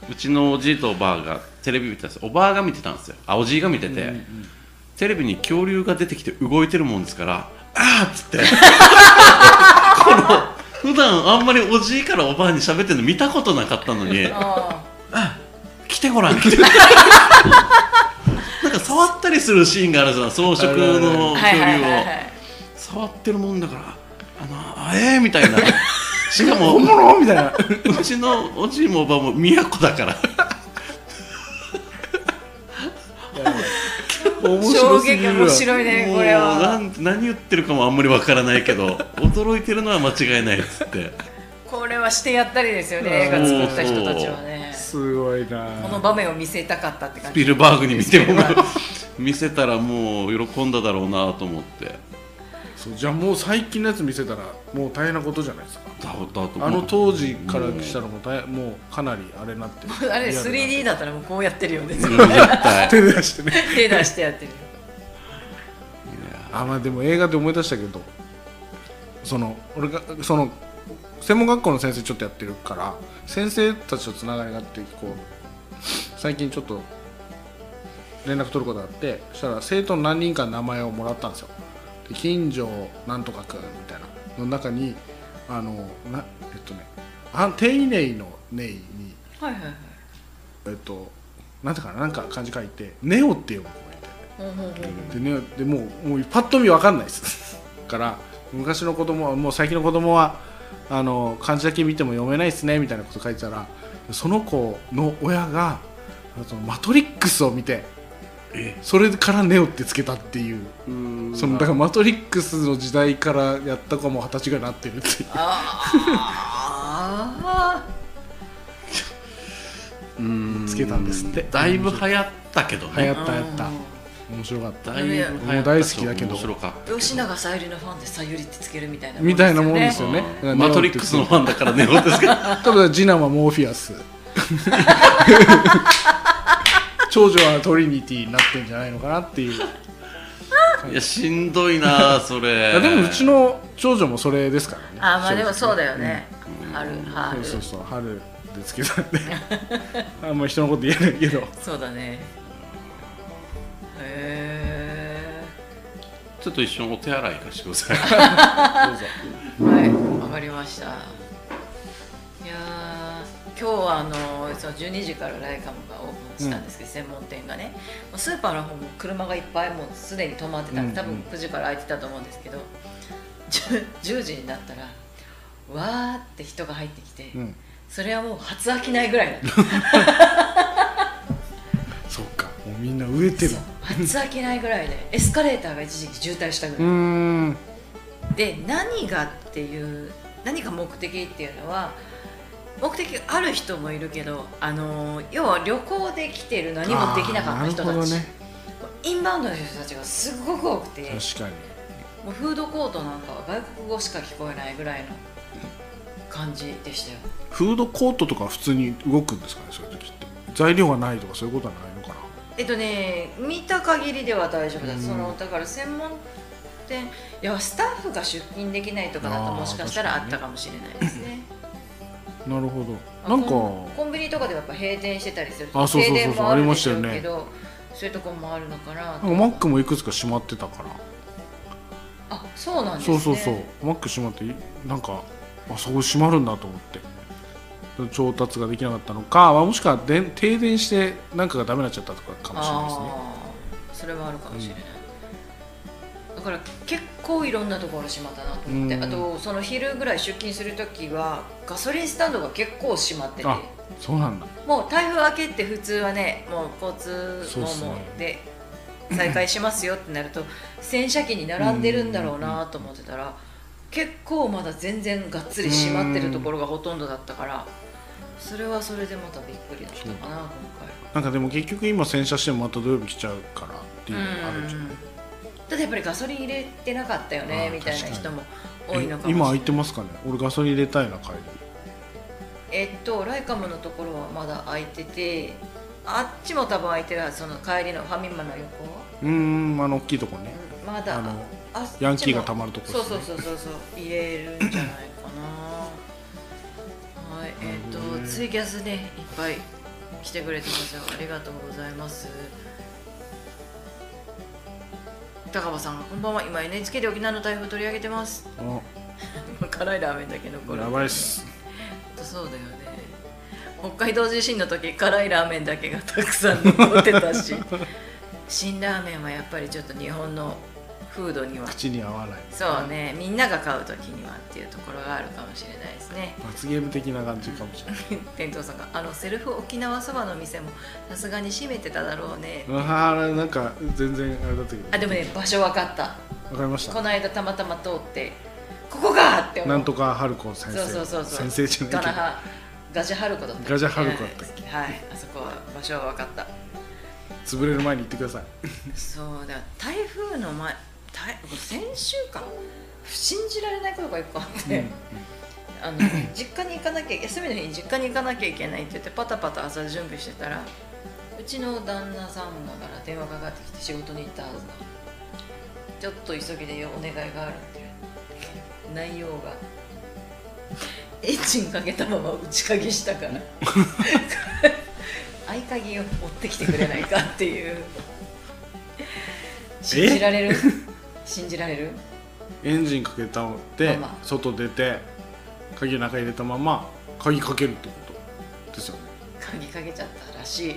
[SPEAKER 3] うちのおじいとおばあがテレビ見てたんですおばあが見てたんですよあおじいが見てて、テレビに恐竜が出てきて動いてるもんですからあーっつって この普段あんまりおじいからおばあに喋ってるの見たことなかった のに
[SPEAKER 1] あ
[SPEAKER 3] 来てご らん来てなんか触ったりするシーンがあるじゃん装飾の恐竜を。
[SPEAKER 1] ーはいはいはいはい
[SPEAKER 3] 触ってるもんだからあのあえー、みた いなしかも
[SPEAKER 2] 本物みたいな
[SPEAKER 3] うちのおじいもおばあも都だから
[SPEAKER 2] 面
[SPEAKER 1] 衝
[SPEAKER 2] 白すぎ
[SPEAKER 1] 撃
[SPEAKER 2] る
[SPEAKER 1] 面
[SPEAKER 2] わ
[SPEAKER 1] 白いね
[SPEAKER 3] もう
[SPEAKER 1] これ
[SPEAKER 3] な
[SPEAKER 1] は
[SPEAKER 3] ん何言ってるかもあんまりわからないけど驚いてるのは間違いないっつって
[SPEAKER 1] これはしてやったりですよね映画作った人たちはね
[SPEAKER 2] すごい
[SPEAKER 1] この
[SPEAKER 2] な
[SPEAKER 1] 場面を見せたかったって感
[SPEAKER 3] ス
[SPEAKER 1] じ
[SPEAKER 3] ピルバーグに見ても
[SPEAKER 1] スピルバ
[SPEAKER 3] 見せたらもう喜んだだろうなと思ってだ
[SPEAKER 2] そうじゃあもう最近のやつ見せたらもう大変なことじゃないですか
[SPEAKER 3] だと
[SPEAKER 2] あの当時からしたらもう大変もうかなりあれになって る
[SPEAKER 1] あれ 3D だったらもうこうやってるよね絶
[SPEAKER 3] うん絶対
[SPEAKER 2] 手出してね
[SPEAKER 1] 対手出してやってる
[SPEAKER 2] あまあでも映画で思い出したけどその俺がその専門学校の先生ちょっとやってるから先生たちとつながりがあってこう最近ちょっと連絡取ることがあってそしたら生徒の何人かの名前をもらったんですよで近所なんとかくんみたいなの中にあのなえっとねあ丁寧の寧に
[SPEAKER 1] はいはいはい
[SPEAKER 2] えっとなんていうかななんか漢字書いてネオって読む子がいて
[SPEAKER 1] ほうほうほう
[SPEAKER 2] でねでもうもうパッと見わかんないです から昔の子供はもう最近の子供はあの漢字だけ見ても読めないですねみたいなこと書いてたらその子の親が「そのマトリックス」を見て
[SPEAKER 3] え
[SPEAKER 2] それから「ネオ」ってつけたっていう
[SPEAKER 3] うん
[SPEAKER 2] そのだから「マトリックス」の時代からやった子も二十歳ぐらいになってるっていう
[SPEAKER 1] あ
[SPEAKER 3] うん
[SPEAKER 2] つけたんですって
[SPEAKER 3] だいぶ流行ったけどね
[SPEAKER 2] 流行
[SPEAKER 1] あ
[SPEAKER 2] ったやった
[SPEAKER 1] うん
[SPEAKER 2] 面白かった
[SPEAKER 3] だいぶ流行ったし
[SPEAKER 2] もう大好きだけど
[SPEAKER 3] 面白かった
[SPEAKER 1] 吉永小百合のファンでさゆりってつけるみたいな
[SPEAKER 2] みたいなもんですよ
[SPEAKER 1] よ
[SPEAKER 2] ね
[SPEAKER 3] うんマトリックスのファンだから ね本当ですけど
[SPEAKER 2] 多分次男はモーフィア ス長女はトリニティになってんじゃないのかなっていうい
[SPEAKER 3] いやしんどい なそれ
[SPEAKER 2] やでもうちの長女もそれですからね
[SPEAKER 1] あまあでもそうだよね、あるはあ
[SPEAKER 2] そ
[SPEAKER 1] る
[SPEAKER 2] うそうそう春でつけたんで あんまり人のこと言えない けど
[SPEAKER 1] そうだねへ
[SPEAKER 3] ちょっと一緒にお手洗い行かしてください
[SPEAKER 1] えはいわかりましたいやー今日はあのその12時からライカムがオープンしたんですけど、専門店がねもうスーパーの方も車がいっぱいもうすでに止まってたんで多
[SPEAKER 2] うん
[SPEAKER 1] 分
[SPEAKER 2] うん
[SPEAKER 1] 9時から空いてたと思うんですけど 10, 10時になったらわーって人が入ってきて、
[SPEAKER 2] うん
[SPEAKER 1] それはもう初飽きないぐらいだった
[SPEAKER 2] そうかもうみんな飢えてる
[SPEAKER 1] そう初飽きないぐらいでエスカレーターが一時期渋滞したぐ
[SPEAKER 2] う
[SPEAKER 1] らい、
[SPEAKER 2] ーん
[SPEAKER 1] で何がっていう何が目的っていうのは目的ある人もいるけどあのー要は旅行で来てる何もできなかった人
[SPEAKER 2] あー
[SPEAKER 1] た
[SPEAKER 2] なるほ
[SPEAKER 1] ち、
[SPEAKER 2] どね
[SPEAKER 1] インバウンドの人たちがすごく多くて
[SPEAKER 2] 確かに
[SPEAKER 1] もうフードコートなんかは外国語しか聞こえないぐらいの感じでしたよ
[SPEAKER 2] フードコートとか普通に動くんですかねそういう時って材料がないとかそういうことはないのかな
[SPEAKER 1] えっとね見た限りでは大丈夫だ、
[SPEAKER 2] うん
[SPEAKER 1] そのだから専門店いやスタッフが出勤できないとかだと
[SPEAKER 2] あー
[SPEAKER 1] もしかしたらあ
[SPEAKER 2] 確かにね
[SPEAKER 1] ったかもしれないですね
[SPEAKER 2] なるほどなん
[SPEAKER 1] コン
[SPEAKER 2] か
[SPEAKER 1] コンビニとかではやっぱ閉店してたりする
[SPEAKER 2] あそうそうそうそう
[SPEAKER 1] 停電もあるでしょう
[SPEAKER 2] あ
[SPEAKER 1] け
[SPEAKER 2] りま
[SPEAKER 1] どそういうとこもあるのかな
[SPEAKER 2] なんかマックもいくつか閉まってたから、
[SPEAKER 1] あそうなんです
[SPEAKER 2] そう
[SPEAKER 1] ね
[SPEAKER 2] そうそうマック閉まってなんかあそこ閉まるんだと思って調達ができなかったのか、まあ、もしくはで停電してなんかがダメになっちゃったとかかもしれないですね
[SPEAKER 1] ああそれはあるかもしれない、だから結構いろんなところ島だなと思って、
[SPEAKER 2] うん
[SPEAKER 1] あとその昼ぐらい出勤する時はガソリンスタンドが結構閉まってて
[SPEAKER 2] あそうなんだ
[SPEAKER 1] もう台風明けって普通はねもう交通
[SPEAKER 2] そうっ
[SPEAKER 1] 網
[SPEAKER 2] すね
[SPEAKER 1] もで再開しますよってなると洗車機に並んでるんだろうなと思ってたら結構まだ全然がっつり閉まってるところがほとんどだったからそれはそれでまたびっくりだったかな今
[SPEAKER 2] なんかでも結局今洗車してもまた土曜日来ちゃうからっていう
[SPEAKER 1] 回
[SPEAKER 2] のがあるんじゃ
[SPEAKER 1] う
[SPEAKER 2] なんい
[SPEAKER 1] だってやっぱりガソリン入れてなかったよね
[SPEAKER 2] あー
[SPEAKER 1] みたいな人も多いのか
[SPEAKER 2] え
[SPEAKER 1] もしれな
[SPEAKER 2] 今空い
[SPEAKER 1] い
[SPEAKER 2] てますかね俺ガソリン入れたいな帰り
[SPEAKER 1] えっとライカムのところはまだ空いててあっちも多分空いてるはずその帰りのファミマの横
[SPEAKER 2] うーんあの大きいとこね
[SPEAKER 1] まだ
[SPEAKER 2] あの
[SPEAKER 1] あっちも
[SPEAKER 2] ヤンキーがたまるとこです
[SPEAKER 1] そ
[SPEAKER 2] ね
[SPEAKER 1] うそうそうそうそう入れるんじゃないかなはいえっ、
[SPEAKER 2] なるほど
[SPEAKER 1] と
[SPEAKER 2] ね
[SPEAKER 1] ツイキャスねいっぱい来てくれてますよありがとうございます高場さんがこんばんは今 NHK で沖縄の台風取り上げてます
[SPEAKER 2] あ
[SPEAKER 1] 辛いラーメンだけ残る
[SPEAKER 2] やばいっす
[SPEAKER 1] そうだよね北海道地震の時辛いラーメンだけがたくさん残ってた し辛ラーメンはやっぱりちょっと日本の風土には
[SPEAKER 2] 口に合わない
[SPEAKER 1] そうね、みんなが買う時にはっていうところがあるかもしれないですね
[SPEAKER 2] 罰ゲーム的な感じかもしれない
[SPEAKER 1] 店頭さんが「あのセルフ沖縄そばの店もさすがに閉めてただろうね」
[SPEAKER 2] あーなんか全然あれだったけど
[SPEAKER 1] あでもね場所分かった
[SPEAKER 2] わかりました
[SPEAKER 1] この間たまたま通って「ここか!」って思
[SPEAKER 2] な
[SPEAKER 1] うん
[SPEAKER 2] とか春子先生
[SPEAKER 1] そうそうそうそう
[SPEAKER 2] 先生じゃ
[SPEAKER 1] ガ
[SPEAKER 2] な
[SPEAKER 1] ラ
[SPEAKER 2] いけど
[SPEAKER 1] ハガジャハルコだったっけ
[SPEAKER 2] ガジャハルコだったっけ
[SPEAKER 1] はいあそこは場所は分かった
[SPEAKER 2] 潰れる前に言ってください
[SPEAKER 1] そうだ台風の前台先週か信じられないことが一個あって、あの実家に行かなきゃ休みの日に実家に行かなきゃいけないって言ってパタパタ朝準備してたらうちの旦那さんから電話かかってきて仕事に行ったはずだちょっと急ぎでお願いがあるっていう内容がエンジンかけたまま内鍵したから合鍵を持ってきてくれないかっていう信じられる信じられる
[SPEAKER 2] エンジンかけたのっ
[SPEAKER 1] まあ
[SPEAKER 2] て、
[SPEAKER 1] まあ
[SPEAKER 2] 外出て鍵の中入れたまま鍵かけるってことですよね
[SPEAKER 1] 鍵かけちゃったらしい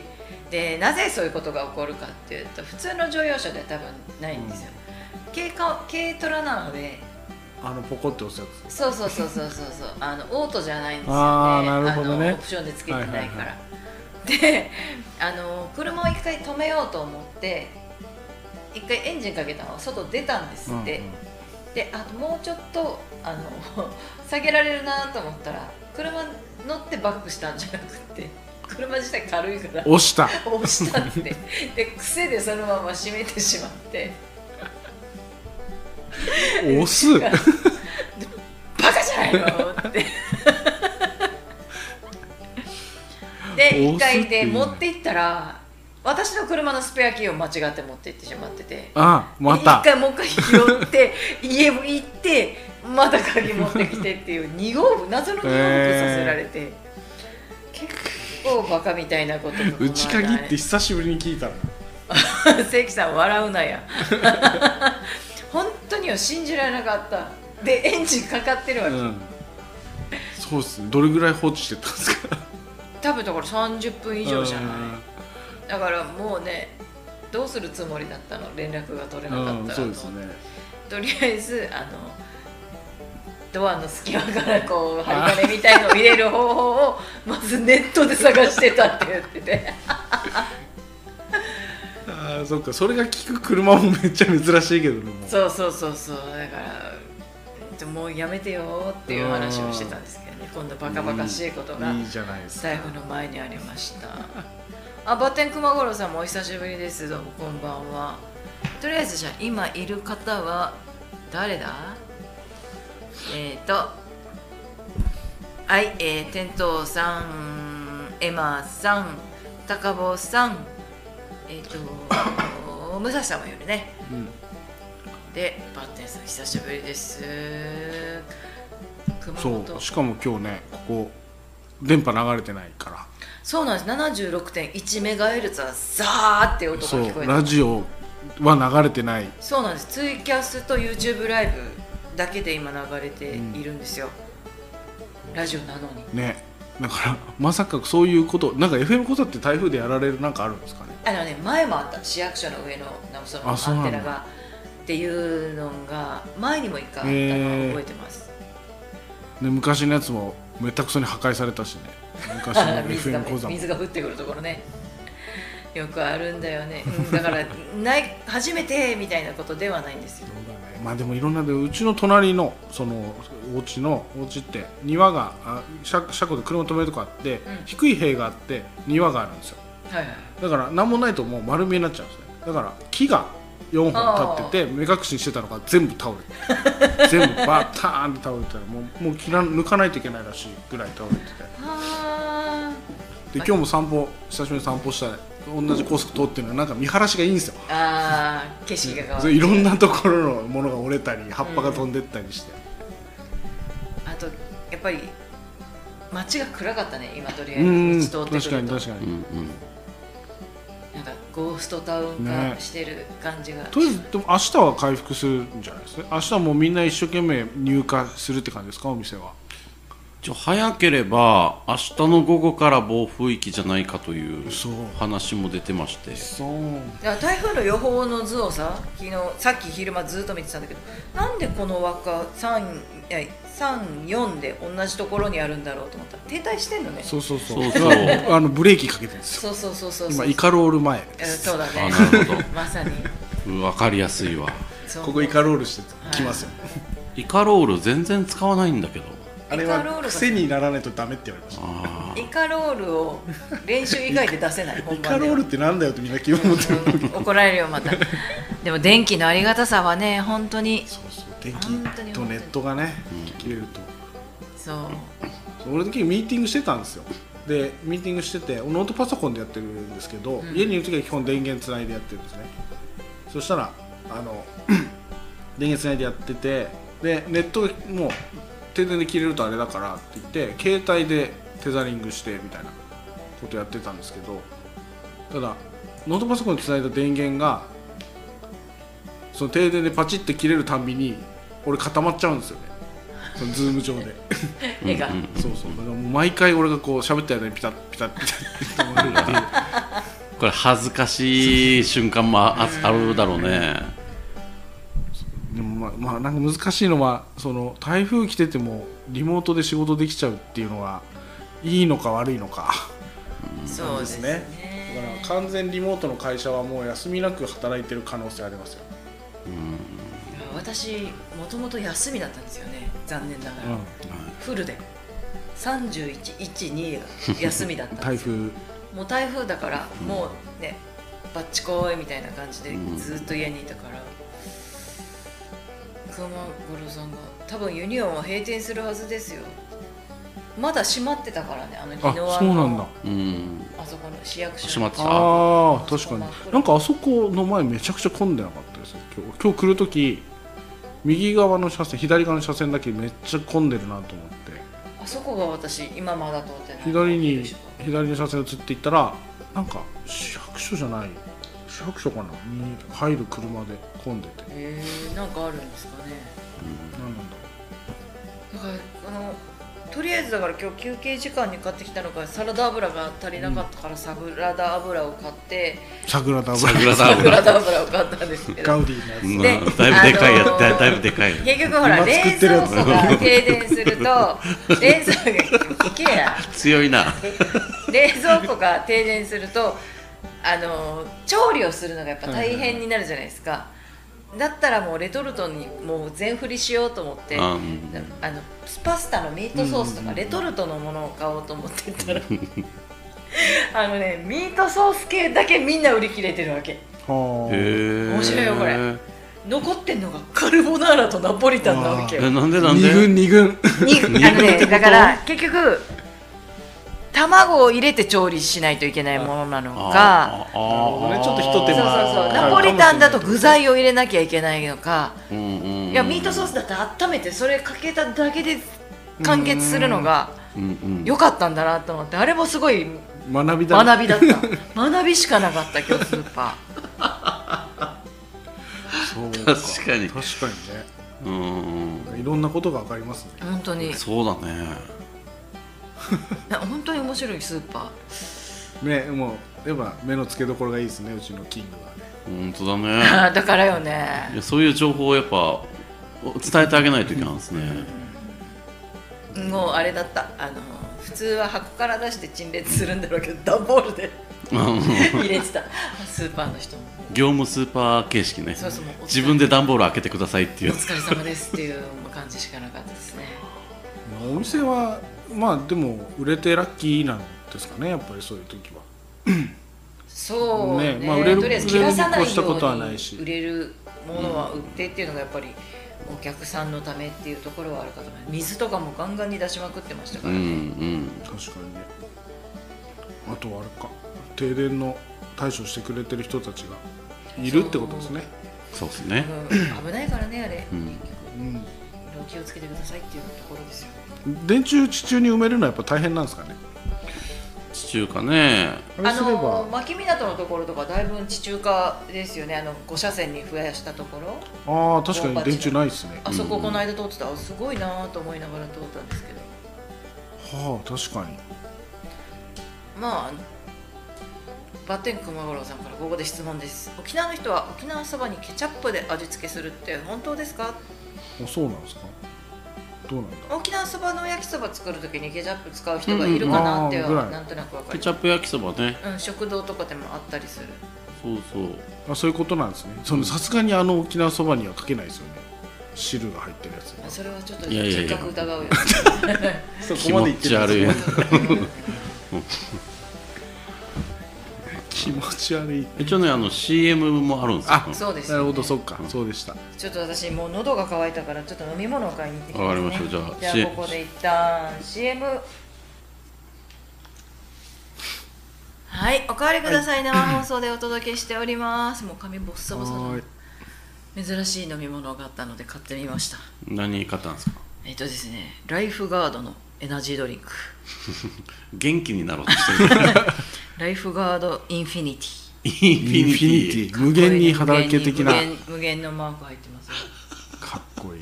[SPEAKER 1] でなぜそういうことが起こるかっていうと普通の乗用車では多分ないんですよ、軽か軽トラなので
[SPEAKER 2] あのポコって押すやつ
[SPEAKER 1] そうそうそうそうそう そうあのオートじゃないんですよね
[SPEAKER 2] あーなるほどね
[SPEAKER 1] あのオプションでつけてないから、
[SPEAKER 2] はいはいは
[SPEAKER 1] であの車を一回止めようと思って一回エンジンかけたの外出たんですって、
[SPEAKER 2] うんうん
[SPEAKER 1] であともうちょっとあ の下げられるなと思ったら車乗ってバックしたんじゃなくて車自体軽いから
[SPEAKER 2] 押した
[SPEAKER 1] 押したって で癖でそのまま閉めてしまって
[SPEAKER 2] 押 す
[SPEAKER 1] なんかバカじゃないのって で一
[SPEAKER 2] 押すっ
[SPEAKER 1] 回で
[SPEAKER 2] ていうね
[SPEAKER 1] 持って行ったら私の車のスペアキーを間違って持って行ってしまってて
[SPEAKER 2] あまた
[SPEAKER 1] 一回もう一回拾って家も行ってまた鍵持ってきてっていう二号分謎の二号分させられて、結構バカみたいなこととか
[SPEAKER 2] 内鍵って久しぶりに聞いたな
[SPEAKER 1] 関さん笑うなや 本当には信じられなかったでエンジンかかってるわけ、
[SPEAKER 2] うんそうっすねどれぐらい放置してたんです か
[SPEAKER 1] 多分だから30分以上じゃない、
[SPEAKER 2] うん
[SPEAKER 1] だからもうねどうするつもりだったの連絡が取れなか
[SPEAKER 2] う
[SPEAKER 1] った
[SPEAKER 2] ん
[SPEAKER 1] ら、
[SPEAKER 2] そうですね
[SPEAKER 1] とりあえずあのドアの隙間からこう針金みたいのを入れる方法をまずネットで探してたって言ってて
[SPEAKER 2] ああそっかそれが効く車もめっちゃ珍しいけどねもう
[SPEAKER 1] そうそうそうそうだからでもうやめてよっていう話をしてたんですけどね今度バカバカしいことが
[SPEAKER 2] いいじゃないですか
[SPEAKER 1] 財布の前にありましたあバッテン熊五郎さんもお久しぶりですどうもこんばんはとりあえずじゃあ今いる方は誰だえっ、ー、とはいえー、天童さんエマさん高坊さんえっ、と武蔵さんもいるね
[SPEAKER 2] うん
[SPEAKER 1] でバッテンさん久しぶりです熊本
[SPEAKER 2] そうしかも今日ねここ電波流れてないから
[SPEAKER 1] そうなんです76.1メガヘルツはザーって音が
[SPEAKER 2] そ
[SPEAKER 1] 聞こえ
[SPEAKER 2] う
[SPEAKER 1] て
[SPEAKER 2] ラ
[SPEAKER 1] そ
[SPEAKER 2] ジオは流れてないう
[SPEAKER 1] なんですツイキャスと YouTube ライブだけで今流れているんですよ、ラジオなのに
[SPEAKER 2] ねだからまさかそういうことなんか FM こ座って台風でやられるなんかあるんですかね
[SPEAKER 1] あのね前もあった市役所の上のなんかその
[SPEAKER 2] あそうな
[SPEAKER 1] ア
[SPEAKER 2] ん
[SPEAKER 1] ン
[SPEAKER 2] だ
[SPEAKER 1] テナがっていうのが前にも一回あったのを覚えてます、
[SPEAKER 2] で昔のやつもめったくそに破壊されたしね昔 の
[SPEAKER 1] 水が
[SPEAKER 2] FM 講座も
[SPEAKER 1] 水が降ってくるところねよくあるんだよね、うんだから ない初めてみたいなことではないんですよ
[SPEAKER 2] そうだねまあでもいろんなでうちの隣のそのお家のお家って庭があ車車庫で車止めるとこあって、
[SPEAKER 1] ん
[SPEAKER 2] 低い塀があって庭があるんですよ
[SPEAKER 1] はいはい
[SPEAKER 2] だから何もないともう丸見えになっちゃうんですねだから木が4本立ってて目隠ししてたのが全部倒 れて全部バターンって倒れてたらもうもう切ら抜かないといけないらしいぐらい倒れてて
[SPEAKER 1] は
[SPEAKER 2] で今日も散歩久しぶりに散歩したら同じ高速通ってるのになんか見晴らしがいいんですよ
[SPEAKER 1] ーあー景色が変わっ
[SPEAKER 2] そ
[SPEAKER 1] て
[SPEAKER 2] ういろんなところのものが折れたり葉っぱが飛んでったりして、
[SPEAKER 1] あとやっぱり街が暗かったね今とりあえ
[SPEAKER 2] うん
[SPEAKER 1] ず道通って
[SPEAKER 2] 確
[SPEAKER 1] く
[SPEAKER 2] か
[SPEAKER 1] る
[SPEAKER 2] に
[SPEAKER 1] と
[SPEAKER 2] 確か
[SPEAKER 3] う
[SPEAKER 2] に、
[SPEAKER 3] んうん
[SPEAKER 1] なんかゴーストタウン
[SPEAKER 2] ね
[SPEAKER 1] 化してる感じが、
[SPEAKER 2] とりあえずでも明日は回復するんじゃないですか明日はもうみんな一生懸命入荷するって感じですかお店は
[SPEAKER 3] じゃあ早ければ明日の午後から暴風域じゃないかという
[SPEAKER 2] そう
[SPEAKER 3] 話も出てまして
[SPEAKER 2] そう
[SPEAKER 1] だから台風の予報の図をさ昨日さっき昼間ずっと見てたんだけどなんでこの輪っか34で同じところにあるんだろうと思ったら停滞してんのね
[SPEAKER 2] そうそうそう
[SPEAKER 3] そうそう
[SPEAKER 2] あのブレーキかけてるんですよ
[SPEAKER 1] そうそうそうそう
[SPEAKER 2] 今
[SPEAKER 1] そう
[SPEAKER 2] イカロール前で
[SPEAKER 1] えー
[SPEAKER 2] す
[SPEAKER 1] そうだね
[SPEAKER 3] あなるほど
[SPEAKER 1] まさに
[SPEAKER 3] 分かりやすいわ
[SPEAKER 1] そう
[SPEAKER 2] ここイカロールしてきますよ、
[SPEAKER 3] イカロール全然使わないんだけど
[SPEAKER 2] あれ
[SPEAKER 1] イカロー
[SPEAKER 2] は
[SPEAKER 1] ルが
[SPEAKER 2] 癖にならないとダメって言われました
[SPEAKER 3] あ
[SPEAKER 1] イカロールを練習以外で出せない
[SPEAKER 2] イ
[SPEAKER 1] 本番で
[SPEAKER 2] カ
[SPEAKER 1] は
[SPEAKER 2] ロールってなんだよってみんな気分持ってる
[SPEAKER 1] 怒られるよ またでも電気のありがたさはね本当に
[SPEAKER 2] そうそう電
[SPEAKER 1] 本当
[SPEAKER 2] 気
[SPEAKER 1] に
[SPEAKER 2] とネットがね切れると
[SPEAKER 1] そう
[SPEAKER 2] そう俺の時ミーティングしてたんですよでミーティングしててノートパソコンでやってるんですけど、
[SPEAKER 1] ん
[SPEAKER 2] 家にいる時は基本電源つないでやってるんですねそしたらあの 電源つないでやっててでネットがもう停電で切れるとあれだからって言って携帯でテザリングしてみたいなことやってたんですけどただノートパソコンにつないだ電源がその停電でパチって切れるたんびに俺固まっちゃうんですよねそのズーム上で。
[SPEAKER 1] 絵が、
[SPEAKER 2] そうそうだからもう毎回俺がこう喋った間にピタッピタッピタッって止まるっていう
[SPEAKER 3] あこれ恥ずかしい瞬間もあああるだろうね
[SPEAKER 2] でもまあまあなんか難しいのはその台風来ててもリモートで仕事できちゃうっていうのはいいのか悪いのか
[SPEAKER 1] そうですね
[SPEAKER 2] だから完全リモートの会社はもう休みなく働いてる可能性ありますよ、
[SPEAKER 1] 私もともと休みだったんですよね残念ながら、フルで3112が休みだったんですよ
[SPEAKER 2] 台風
[SPEAKER 1] もう台風だからもうねバッチコーイみたいな感じで
[SPEAKER 3] うん
[SPEAKER 1] ずっと家にいたから、熊五郎さんが「多分ユニオンは閉店するはずですよ」まだ閉まってたからねあの日
[SPEAKER 2] あ
[SPEAKER 1] の
[SPEAKER 2] そうなんだ
[SPEAKER 3] うん
[SPEAKER 1] あそこの市役所
[SPEAKER 3] 閉まってた
[SPEAKER 2] ああ確かに
[SPEAKER 1] あそこ真っ暗
[SPEAKER 2] なんかあそこの前めちゃくちゃ混んでなかったですね今日今日来る時右側の車線左側の車線だけめっちゃ混んでるなと思って
[SPEAKER 1] あそこが私今まだ通ってない
[SPEAKER 2] 左に左の車線移っていったらなんか市役所じゃない市役所かなに入る車で混んでて
[SPEAKER 1] えー、なんかあるんですかね
[SPEAKER 2] 何なんだろ
[SPEAKER 1] だからあのとりあえずだから今日休憩時間に買ってきたのがサラダ油が足りなかったから、サラダ油を買って
[SPEAKER 2] う桜田
[SPEAKER 3] サグラダ
[SPEAKER 1] サラ
[SPEAKER 3] 油
[SPEAKER 1] ダ油を買ったんですけど
[SPEAKER 2] ガウディのやつ
[SPEAKER 3] うん
[SPEAKER 1] で
[SPEAKER 3] だいぶでかいやつ、
[SPEAKER 1] あのー
[SPEAKER 3] だだいぶでかいや
[SPEAKER 1] 結局ほら
[SPEAKER 2] 今
[SPEAKER 1] 冷
[SPEAKER 2] 作ってる
[SPEAKER 1] 蔵
[SPEAKER 2] やつ
[SPEAKER 1] 庫が停電す ると冷蔵庫が聞けや
[SPEAKER 3] つ強いな
[SPEAKER 1] 冷蔵庫が停電するとあの調理をするのがやっぱ大変になるじゃないですか、だったらもうレトルトにもう全振りしようと思って、
[SPEAKER 3] あうん
[SPEAKER 1] あのパスタのミートソースと
[SPEAKER 2] うんう
[SPEAKER 1] か
[SPEAKER 2] んうん
[SPEAKER 1] レトルトのものを買おうと思ってたら あのねミートソース系だけみんな売り切れてるわけ
[SPEAKER 2] は
[SPEAKER 3] へえ
[SPEAKER 1] 面白いよこれ残ってんのがカルボナーラとナポリタンなわけよ
[SPEAKER 3] えなんでなんで
[SPEAKER 2] 2軍2軍
[SPEAKER 1] にあのねだから結局卵を入れて調理しないといけないものなのか
[SPEAKER 2] なる
[SPEAKER 3] あーあー
[SPEAKER 2] ほどねちょっと一
[SPEAKER 1] そ
[SPEAKER 2] 手
[SPEAKER 1] うそう
[SPEAKER 2] 間
[SPEAKER 1] そう
[SPEAKER 2] あー
[SPEAKER 1] ナポリタンだと具材を入れなきゃいけないのか
[SPEAKER 3] うんうんうん
[SPEAKER 1] いやミートソースだって温めてそれかけただけで完結するのが
[SPEAKER 3] うんうん
[SPEAKER 1] 良かったんだなと思ってあれもすごい
[SPEAKER 2] 学びだね
[SPEAKER 1] 学びだった 学びしかなかった今日スーパ
[SPEAKER 2] そう
[SPEAKER 3] 確かに
[SPEAKER 2] 確かにね
[SPEAKER 3] うんうん
[SPEAKER 2] なんかいろんなことが分かりますね
[SPEAKER 1] ー本当に
[SPEAKER 3] そうだね
[SPEAKER 1] な本当に面白いスーパ
[SPEAKER 2] 目もうやっぱ目の付けどころがいいですねうちのキングはね
[SPEAKER 3] 本当だね
[SPEAKER 1] ー だからよ
[SPEAKER 3] い
[SPEAKER 1] ね
[SPEAKER 3] やそういう情報をやっぱ伝えてあげないといけないんですね
[SPEAKER 1] もうあれだったあの普通は箱から出して陳列するんだろうけど段ボール で入れてたスーパーの人も
[SPEAKER 3] 業務スーパー形式ね
[SPEAKER 1] そうそうもうお疲れ
[SPEAKER 3] 自分で段ボール開けてくださいっていう
[SPEAKER 1] お疲れ様ですっていう感じしかなかったですね
[SPEAKER 2] お店はまあでも売れてラッキーなんですかねやっぱりそういう時は
[SPEAKER 1] そうね
[SPEAKER 2] ねまあ売れる
[SPEAKER 1] とりあえず切らさない
[SPEAKER 2] 売れるに越したことは
[SPEAKER 1] よう
[SPEAKER 2] ないし
[SPEAKER 1] に売れるものは売ってっていうのがやっぱりお客さんのためっていうところはあるかと思います水とかもガンガンに出しまくってましたか
[SPEAKER 3] う
[SPEAKER 1] ら、
[SPEAKER 3] んう
[SPEAKER 1] ね
[SPEAKER 3] ん
[SPEAKER 2] 確かにねあとはあれか停電の対処してくれてる人たちがいるってことですね
[SPEAKER 3] そうですね
[SPEAKER 1] うん危ないからねあれ、
[SPEAKER 3] うん
[SPEAKER 1] 結局いろいろ気をつけてくださいっていうところですよ
[SPEAKER 2] うん電柱地中に埋めるのはやっぱ大変なんですかね
[SPEAKER 3] 地中かね
[SPEAKER 2] あれ
[SPEAKER 1] あ
[SPEAKER 2] すれば
[SPEAKER 1] の牧港のところとかだいぶ地中化ですよねあの5車線に増やしたところ
[SPEAKER 2] ああ確かに電柱ないですね
[SPEAKER 1] あそここの間通ってた、あすごいなぁと思いながら通ったんですけど
[SPEAKER 2] はあ確かに
[SPEAKER 1] まあバッテン熊五郎さんからここで質問です沖縄の人は沖縄そばにケチャップで味付けするって本当ですか
[SPEAKER 2] あそうなんですかどうなんだ
[SPEAKER 1] 沖縄そばの焼きそば作る時にケチャップ使う人がいるかなって
[SPEAKER 2] うんうんあー
[SPEAKER 1] は
[SPEAKER 2] ぐら
[SPEAKER 1] な
[SPEAKER 2] い
[SPEAKER 1] んとなくわか
[SPEAKER 3] ケ
[SPEAKER 1] る
[SPEAKER 3] チャップ焼きそばね
[SPEAKER 1] うん、食堂とかでもあったりする
[SPEAKER 3] そうそう
[SPEAKER 2] あそういうことなんですねそのさすがにあの沖縄そばにはかけないですよね汁が入ってるやつ
[SPEAKER 1] あそれはちょっと
[SPEAKER 3] いやいやい
[SPEAKER 1] 人
[SPEAKER 3] や
[SPEAKER 1] 格疑うよね
[SPEAKER 2] そ
[SPEAKER 3] 気持ち悪い
[SPEAKER 2] 気持ち悪い
[SPEAKER 3] 一応ねあの CM もあるんですよ
[SPEAKER 2] あ
[SPEAKER 1] そうです
[SPEAKER 2] な
[SPEAKER 1] よね
[SPEAKER 2] るほどそっか、そうでした
[SPEAKER 1] ちょっと私もう喉が渇いたからちょっと飲み物を買いに行ってきますね
[SPEAKER 3] わかりましたじゃあ
[SPEAKER 1] じゃ
[SPEAKER 3] C-
[SPEAKER 1] あここで一旦 CM はいおかわりください生放送でお届けしておりますもう髪ボッサボサ
[SPEAKER 2] は
[SPEAKER 1] の
[SPEAKER 2] ーい
[SPEAKER 1] 珍しい飲み物があったので買ってみました
[SPEAKER 3] 何買ったんですか
[SPEAKER 1] えっとですねライフガードのエナジードリンク
[SPEAKER 3] 元気になろうとしてる
[SPEAKER 1] ライフガードインフィニティ
[SPEAKER 3] インフィニティ
[SPEAKER 2] ィ無限に働け的な
[SPEAKER 1] 無限に無限無限のマーク入ってますよ
[SPEAKER 2] かっこいい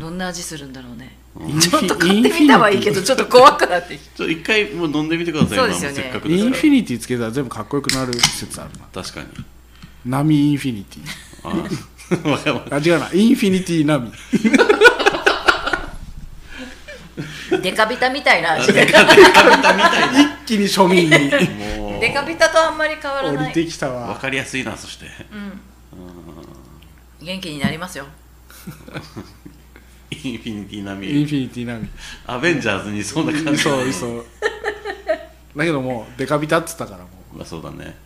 [SPEAKER 1] どんな味するんだろうね
[SPEAKER 2] インフ
[SPEAKER 1] ちょっと
[SPEAKER 2] ィ
[SPEAKER 1] 買ってみたはいいけどちょっと怖くなってきた
[SPEAKER 3] ちょっと一回もう飲んでみてください
[SPEAKER 1] そうですよね
[SPEAKER 3] 今もせっかくで
[SPEAKER 2] イ
[SPEAKER 3] す
[SPEAKER 2] ン
[SPEAKER 3] か
[SPEAKER 2] フィニティつけたら全部かっこよくなる説あるな
[SPEAKER 3] ら確かに
[SPEAKER 2] 波インフィニティ
[SPEAKER 3] あー わかりま
[SPEAKER 2] あ違うなインフィニティ波
[SPEAKER 1] デカビタみたいな味で
[SPEAKER 2] 一気に庶民に
[SPEAKER 3] したも う
[SPEAKER 1] デカビタとあんまり変わら
[SPEAKER 2] 降
[SPEAKER 1] な
[SPEAKER 2] り
[SPEAKER 1] い
[SPEAKER 2] てきた
[SPEAKER 3] わ
[SPEAKER 2] わ
[SPEAKER 3] かりやすいなそして
[SPEAKER 1] 元気になりますよ
[SPEAKER 3] インインフィニティ並
[SPEAKER 2] イン
[SPEAKER 3] み
[SPEAKER 2] フィニティ並み
[SPEAKER 3] アベンジャーズにいそうな感じ
[SPEAKER 2] そういそうだけどもうデカビタっつったからも
[SPEAKER 3] まあそうだね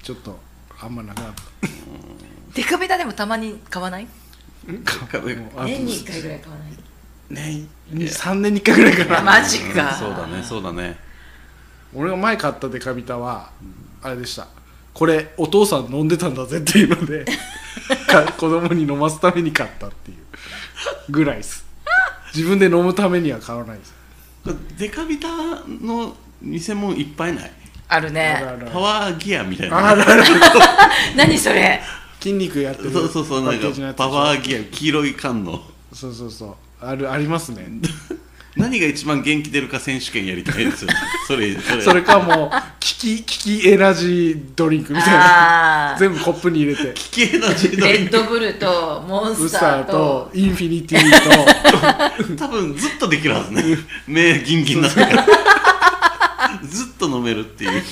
[SPEAKER 2] うちょっとあんまなくなった
[SPEAKER 1] デカベタでもたまに買わない
[SPEAKER 2] も うあ
[SPEAKER 1] 年に1回ぐらい買わない
[SPEAKER 2] 年3年に1回ぐらいかな
[SPEAKER 1] マジか、
[SPEAKER 3] そうだねそうだね
[SPEAKER 2] 俺が前買ったデカビタはあれでしたこれお父さん飲んでたんだぜっていう のでか子供に飲ますために買ったっていうぐらいです自分で飲むためには買わないです
[SPEAKER 3] これデカビタの店もいっぱいない
[SPEAKER 1] ある
[SPEAKER 2] あらあ
[SPEAKER 1] ね
[SPEAKER 3] パ
[SPEAKER 2] ら
[SPEAKER 3] ワーギアみたい
[SPEAKER 2] あ
[SPEAKER 3] な
[SPEAKER 2] らあら
[SPEAKER 1] 何そ れ
[SPEAKER 2] 筋肉やってる
[SPEAKER 3] そうそうそう
[SPEAKER 2] パ
[SPEAKER 3] な
[SPEAKER 2] ッ
[SPEAKER 3] ん
[SPEAKER 2] ケージのや
[SPEAKER 3] か
[SPEAKER 2] つ
[SPEAKER 3] パワーギア黄色い缶の
[SPEAKER 2] そうそうそうあるありますね
[SPEAKER 3] 何が一番元気出るか選手権やりたいですよねそれそれ
[SPEAKER 2] それかもう 危機危機エナジードリンクみたいな
[SPEAKER 1] ああ
[SPEAKER 2] 全部コップに入れて
[SPEAKER 3] 危険な時
[SPEAKER 1] レ
[SPEAKER 3] 代
[SPEAKER 1] ッドブルとモン
[SPEAKER 2] ウ
[SPEAKER 1] ス
[SPEAKER 2] スタ
[SPEAKER 1] ター
[SPEAKER 2] ー
[SPEAKER 1] と
[SPEAKER 2] とインフィニティと
[SPEAKER 3] 多分ずっとできるはずね目ギンギンになってから ずっと飲めるっていう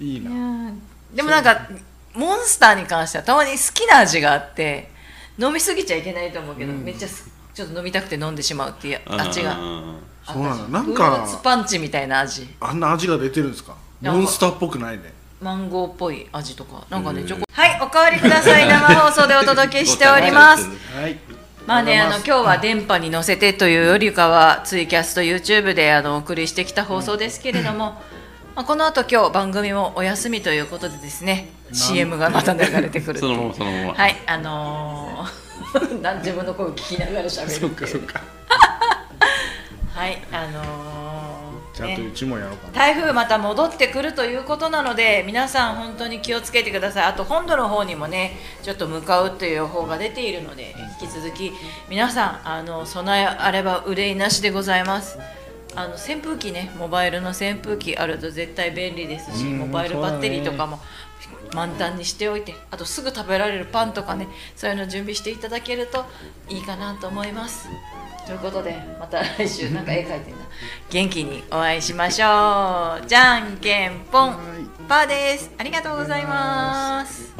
[SPEAKER 2] いい
[SPEAKER 1] いや
[SPEAKER 2] な
[SPEAKER 1] ーでもなんかモンスターに関してはたまに好きな味があって飲みすぎちゃいけないと思うけど、めっちゃすちょっと飲みたくて飲んでしまうっていうあっちが
[SPEAKER 3] うん
[SPEAKER 2] そうなんだ
[SPEAKER 1] あっち
[SPEAKER 2] なんか
[SPEAKER 1] フルーツパンチみたいな味
[SPEAKER 2] あんな味が出てるんですか
[SPEAKER 1] なん
[SPEAKER 2] モ
[SPEAKER 1] か
[SPEAKER 2] ンスターっぽくないね
[SPEAKER 1] マンゴーっぽい味とかなんかね
[SPEAKER 3] うん
[SPEAKER 1] チョコはいおかわりください生放送でお届けしておりま す
[SPEAKER 2] はい
[SPEAKER 1] まあね、あの今
[SPEAKER 2] 日
[SPEAKER 1] 日は電波に乗せてというよりかはツイキャスト YouTube であのお送りしてきた放送ですけれども、まあ、この後今日番組もお休みということでですね CM がまた流れてくるって
[SPEAKER 3] そ
[SPEAKER 1] いう
[SPEAKER 3] のままそのまま
[SPEAKER 1] はい、あのー、 なん自分の声を聞きながら喋るっていう。はい、あの
[SPEAKER 2] ちゃんと
[SPEAKER 1] ー
[SPEAKER 2] う
[SPEAKER 1] ね、
[SPEAKER 2] ちもやろうかな、
[SPEAKER 1] 台風また戻ってくるということなので、皆さん本当に気をつけてください。あと本土の方にもね、ちょっと向かうという予報が出ているので、引き続き皆さんあの備えあれば憂いなしでございます。あの扇風機ね、モバイルの扇風機あると絶対便利ですし、
[SPEAKER 2] うん
[SPEAKER 1] モバイルバッテリーとかも満タンにしておいてあとすぐ食べられるパンとかねそういうの準備していただけるといいかなと思いますということでまた来週なんか絵描いてんな元気にお会いしましょうじゃんけんぽんパーですありがとうございます